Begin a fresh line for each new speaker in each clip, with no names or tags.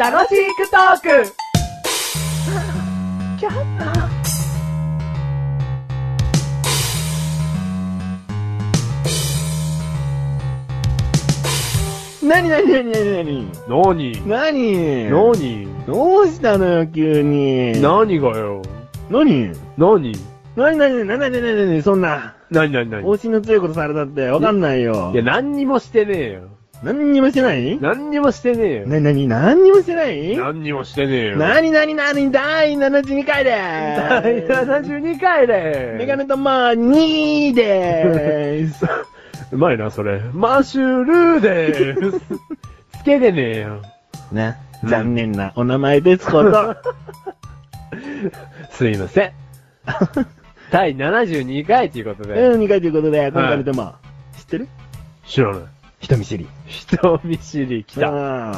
楽しくトーク
なになになになになに
何
なに
何
どうしたのよ、急に。
何がよ
なに
何
なになになになになになにそんな、
何何何
方針の強いことされたってわかんないよ
いや、。何にもしてねえよ。
何にもしてないな
何にもしてねえよ。
になに何にもしてない
何にもしてねえよ。
なになになに第72回で
第
ーす
72回で
メガネとまー2で ーす
うまいな、それ。マッシュルーでーす。 つけてねえよ。
ね、 残念なお名前です こと。
すいません。第72回ということで。
うん、2回ということで、今回のテーマ、知ってる
知らない。
人見知り。
人見知り来た。
た。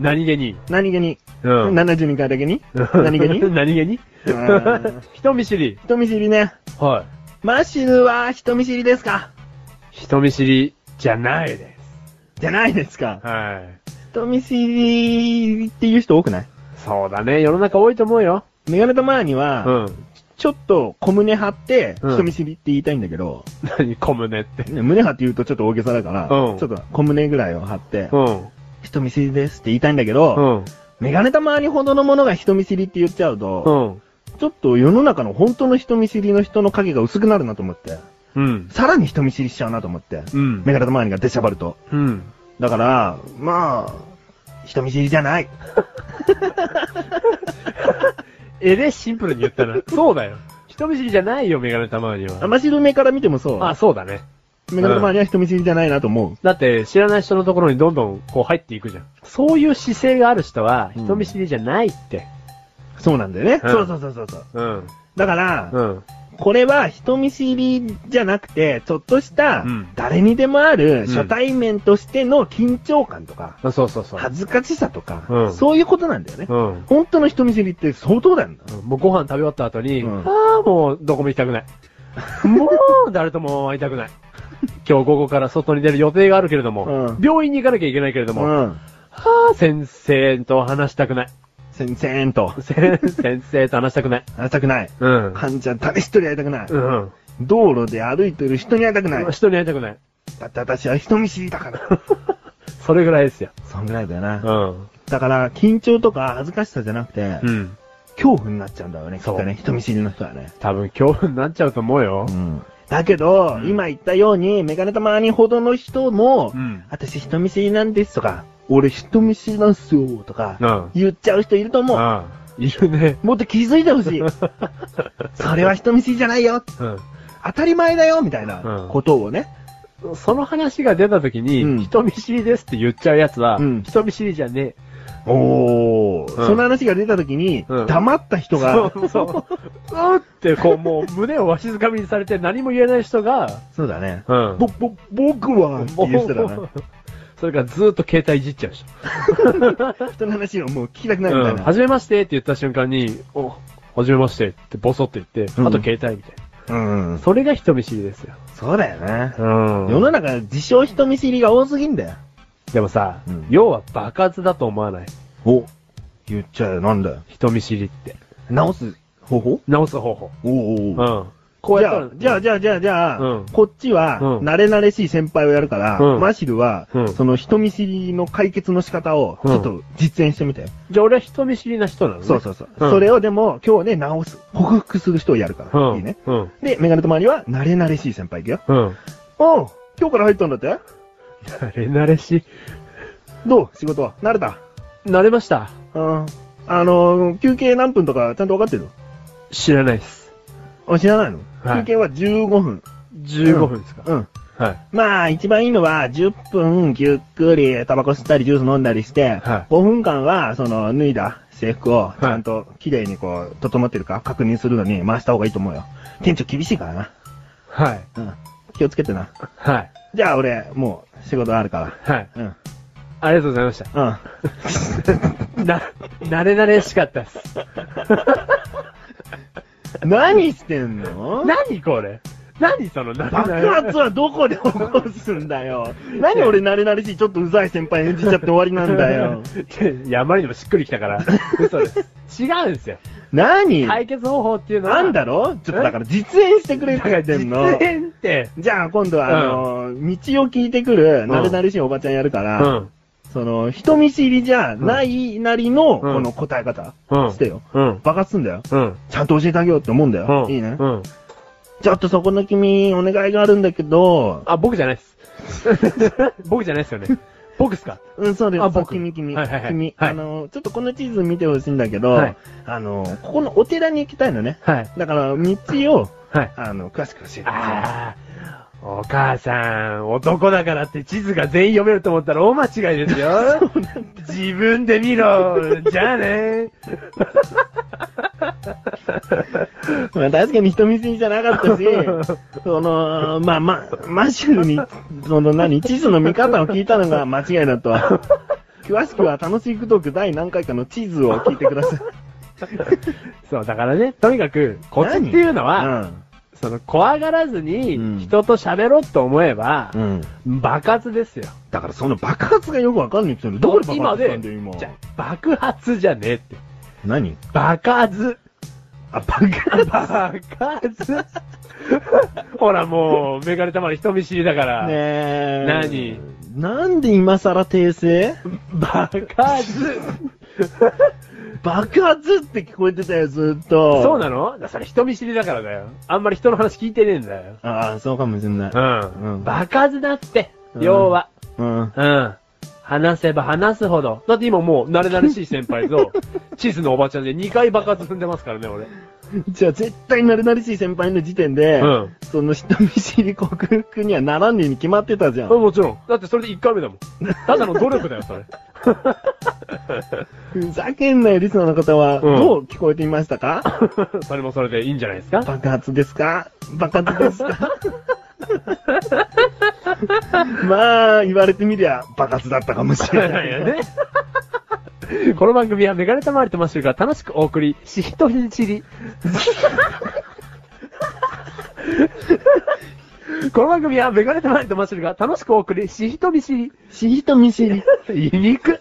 何気に。
何気に
うん。
?72 回だけに何気に
何気に
うん
人見知り。
人見知りね。
はい。
マッシュルは人見知りですか
人見知りじゃないです。
じゃないですか。
はい。
人見知りっていう人多くない
そうだね。世の中多いと思うよ。
メガネとマーに
う
は、
ん。
ちょっと小胸張って、
うん
人見知りって言いたいんだけど、
何、小胸って。
ね胸張って言うとちょっと大げさだから、ち
う
ょ
ん
っと小胸ぐらいを張って
う、ん。
人見知りですって言いたいんだけ
う
ど、
ん。
メガネとマーにほどのものが人見知りって言っちゃう
う
と、
ん。
ちょっと世の中の本当の人見知りの人の影が薄くなるなと思って、
うん。
さらに人見知りしちゃうなと思って、
うん
メ。ガネとマーにが出しゃばると。
うん。
だから、まあ、人見知りじゃない。
えれシンプルに言った な。そうだよ。人見知りじゃないよ、メガネたまには。
甘汁目から見てもそう。
あ、そうだね。
メガネ玉には人見知りじゃないなと思う。
だって、知らない人のところにどんどんこう入っていくじゃん。そういう姿勢がある人は、人見知りじゃないって。
そうなんだよね。
うん
そうそうそうそうそう。
うん。
だから、
うん。
これは人見知りじゃなくて、ちょっとした
うん、
誰にでもある
ん
初対面としての緊張感とか、
あそうそうそう。
恥ずかしさとか、
うん
そういうことなんだよね。
うん。
本当の人見知りって相当だよな。
もうご飯食べ終わった後に、
うん
ああ、もうどこも行きたくない。もう誰とも会いたくない。 今日午後から外に出る予定があるけれども、
うん
病院に行かなきゃいけないけれども、あ
うん。
あ、先生と話したくない。
先生と、
せ先生と話したくない。
会いたくない。
うん。
患者誰一人会いたくない。
うん。
道路で歩いてる人に会いたくない。
人に会いたくない。
だって私は人見知りだから。
それぐらいですよ。
そんぐらいだよな。
うん。
だから、緊張とか恥ずかしさじゃなくて、
うん。
恐怖になっちゃうんだよね、きっ
そう
とね、人見知りの人はね。
多分恐怖になっちゃうと思うよ。
だけど、
うん
今言ったように、メガネたまにほどの人も、
うん
私人見知りなんですとか、俺人見知りなんすよとか、
うん
言っちゃう人いると思う。
ああ、いるね。
もっと気づいてほし い。それは人見知りじゃないよ。
う
当たり前だよみたい
うん
なことをね。
ん。その話が出た時に、
うん
人見知りですって言っちゃうやつは、
うん
人見知りじゃね
おー、
うん
その話が出た時に、
うん
黙った人
え。
が、
そうそう。あーって、こう、もう胸をわしづかみにされて何も言えない人が、
そうだね。
うん
ぼ、ぼ、僕は、って言ってた らね。
それからずーっと携帯いじっちゃう人。
人の話をもう聞きたくないみた
う
い
ん。
な。
はじめましてって言った瞬間に、お、はじめましてってボソって言って、
うん
あと携帯みたいな。
うん、そ
それが人見知りですよ。
そうだよね。
うん
世の中、自称人見知りが多すぎんだよ。
でもさ、
うん
要は爆発だと思わない。
お、言っちゃうよ、なんだよ。
人見知りって。
直す方法
直す方法。
おうおう
う
おう。
ん。こう
じ
や
ゃ
った
あ
ら、、
じゃあ、じゃあ、じゃあ、じゃあ、
うん
こっちは、
うん
慣れ慣れしい先輩をやるから、
うん
マシルは、
うん
その人見知りの解決の仕方を、ち
うん
ょっと実演してみて。
じゃあ俺は人見知りな人なのね。
そうそうそう。
うん
それをでも、今日ね、直す。克服する人をやるから。
うん。
いいね。
うん。
で、メガネと周りは、慣れ慣れしい先輩いくよ。
うん。
おう今日から入ったんだって
慣れ慣れしい。
どう仕事は慣れた
慣れました。
うん。あのー、休憩何分とかちゃんと分かってる
知らないです。
あ、知らないの、
は
休
い
憩は15分。
15分ですか。
うん。
はい。
まあ、一番いいのは、10分ゆっくりタバコ吸ったりジュース飲んだりして、
はい
5分間は、その、脱いだ制服を、ちゃんと綺麗にこう、整ってるか確認するのに回した方がいいと思うよ。店長厳しいからな。
はい。
うん。気をつけてな。
はい。
じゃあ俺、もう、仕事あるか
はい。
ら。うん。
ありがとうございました。
うん。
な、慣れ慣れしかったです。
何してんの
何これ何その、何
爆発はどこで起こすんだ よ。何俺慣れ慣れしい、ちょっとうざい先輩演じちゃって終わりなんだ よ。。
いや、あまりにもしっくりきたから。嘘です。違うんですよ。
何
解決方法っていうのは。
なんだろちょっとだから実演してくれ
だ
っ
か
て言
ら
ってん
実
の。
演って。
じゃあ今度は、あの道を聞いてくる、慣れ慣れしいおばちゃんやるか
う
ら、
ん。
その、人見知りじゃないなりの、
ん
この答え方、
うん
してよ。
うん。
爆発すんだよ。
うん。
ちゃんと教えてあげようって思うんだよ。
うん。
いいね
う。ん。
ちょっとそこの君、お願いがあるんだけど、
あ、僕じゃないっす。 僕じゃないっすよね。僕っすか
うん、そうです。
あ僕
君、君、
はいはいはい
君、
はい
あの、ちょっとこの地図見てほしいんだけど、
はい
あの、ここのお寺に行きたいのね。
はい。
だから、道を、
はい。
あの、詳しく教えてもらう
ああ、お母さん、男だからって地図が全員読めると思ったら大間違いですよ。自分で見ろ。じゃあね。
まあ、確かに人見知りじゃなか ったし、その、まあ、ま、マシュルに、その何、地図の見方を聞いたのが間違いだと は。詳しくは楽しいクトーク第何回かの地図を聞いてください。
そう、だからね、とにかく、コツっていうのは、その、怖がらず
うん
に、人と喋ろうと思えば
う、ん。うん。
爆発ですよ。
だからその爆発がよくわかんないけど、どこで爆
今
発した
で
んだよ、今。、
じゃ爆発じゃねえって。
何
爆発。
あ、爆発
爆 発ほら、もう、メガネたまり人見知りだから。
ねえ。
何
なんで今更訂正
爆発
爆発って聞こえてたよ、ずっと。
そうなのそれ人見知りだからだよ。あんまり人の話聞いてねえんだよ。
ああ、そうかもしれない。
うん。
うん
爆発だって、
うん
要は。
うん。
うん。話せば話すほど。だって今もう、慣れ慣れしい先輩 と、地図のおばちゃんで2回爆発踏んでますからね、俺。
じゃあ絶対慣れ慣れしい先輩の時点で、
うん。
その人見知り克服にはならんねに決まってたじゃん。
もちろん。だってそれで1回目だもん。ただの努力だよ、それ。
ふざけんなよ、リスナーの方は。
うん
どう聞こえていましたか
それもそれでいいんじゃないですか
爆発ですか爆発です かまあ、言われてみりゃ爆発だったかもしれ ない。
ね。この番組はメガネたまわりとマッシュルが楽しくお送り、しひとり ちり。この番組はメガネたまわりとマッシュルが楽しくお送り、しひとりちり。
し人見知り。
言いにく。